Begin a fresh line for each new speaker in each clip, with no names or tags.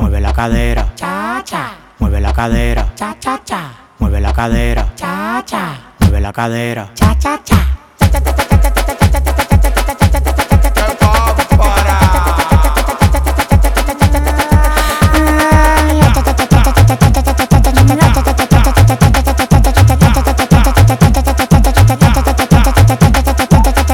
Mueve la cadera,
cha cha,
mueve la cadera,
cha cha cha,
mueve la cadera,
cha cha,
mueve la cadera.
cha cha cha.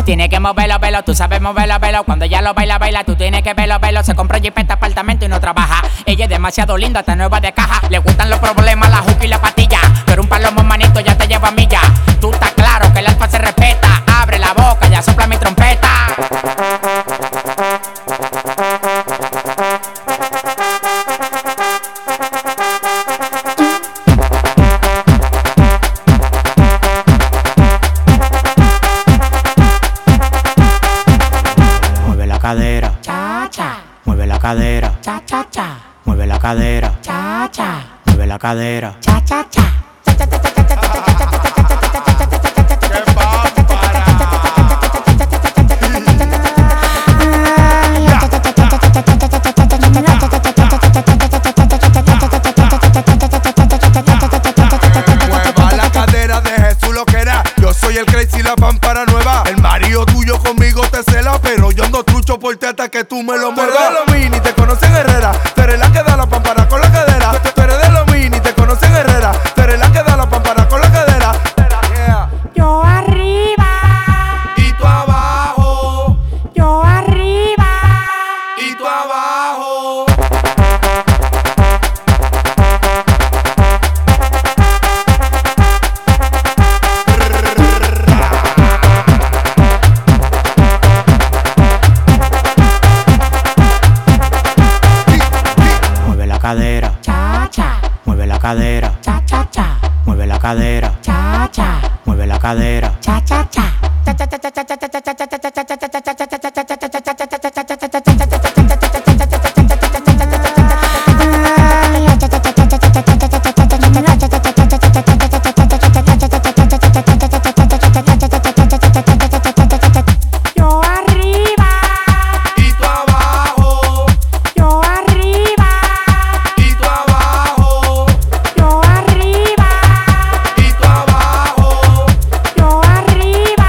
Tiene que moverlo, velo, tú sabes moverlo, velo. Cuando ella lo baila, baila, tú tienes que verlo, velo. Se compró jipeta, apartamento y no trabaja. Ella es demasiado linda, está nueva de caja. Le gustan los problemas, la juca y la patilla. Pero un palomo manito ya te lleva a milla. Tú estás claro que el alfa se respeta. Abre la boca, ya sopla mi trompeta.
Mueve la cadera,
Cha cha,
mueve la cadera,
cha cha cha,
mueve la cadera,
cha cha,
mueve la cadera.
cha cha cha.
Mueva la cadera de Jesús lo que era. Yo soy el crazy, la pampara nueva. El marido tuyo conmigo te cela, pero yo ando trucho por ti hasta que tú me lo muevas. Tú eres de lo mini, te conocen Herrera. Tú eres la que da la pampara con la cadera. Tú- Tú eres de lo mini, te conocen Herrera. Tú eres la que da la pampara con la cadera. Yeah.
Yo arriba,
Y tú abajo,
yo arriba.
y tú abajo.
Mueve la cadera,
Cha cha,
mueve la cadera,
cha cha cha,
mueve la cadera,
cha cha,
mueve la cadera.
cha cha cha. Yo arriba,
Y tú abajo,
yo arriba,
y tú abajo,
yo arriba.
y tú abajo,
Yo arriba,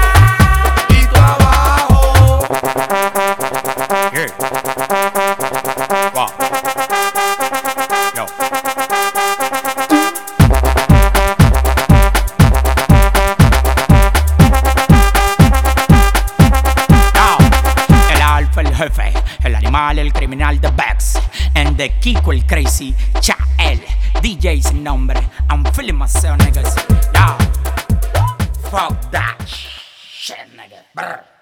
y tú abajo.
Yeah. Wow. Yo.
No. El alfa, el jefe, el animal, el criminal, the Bex. And the Kiko, el crazy, Chael, DJ sin nombre. I'm feeling myself, niggas. Yo. Fuck that shit, nigga. Brr.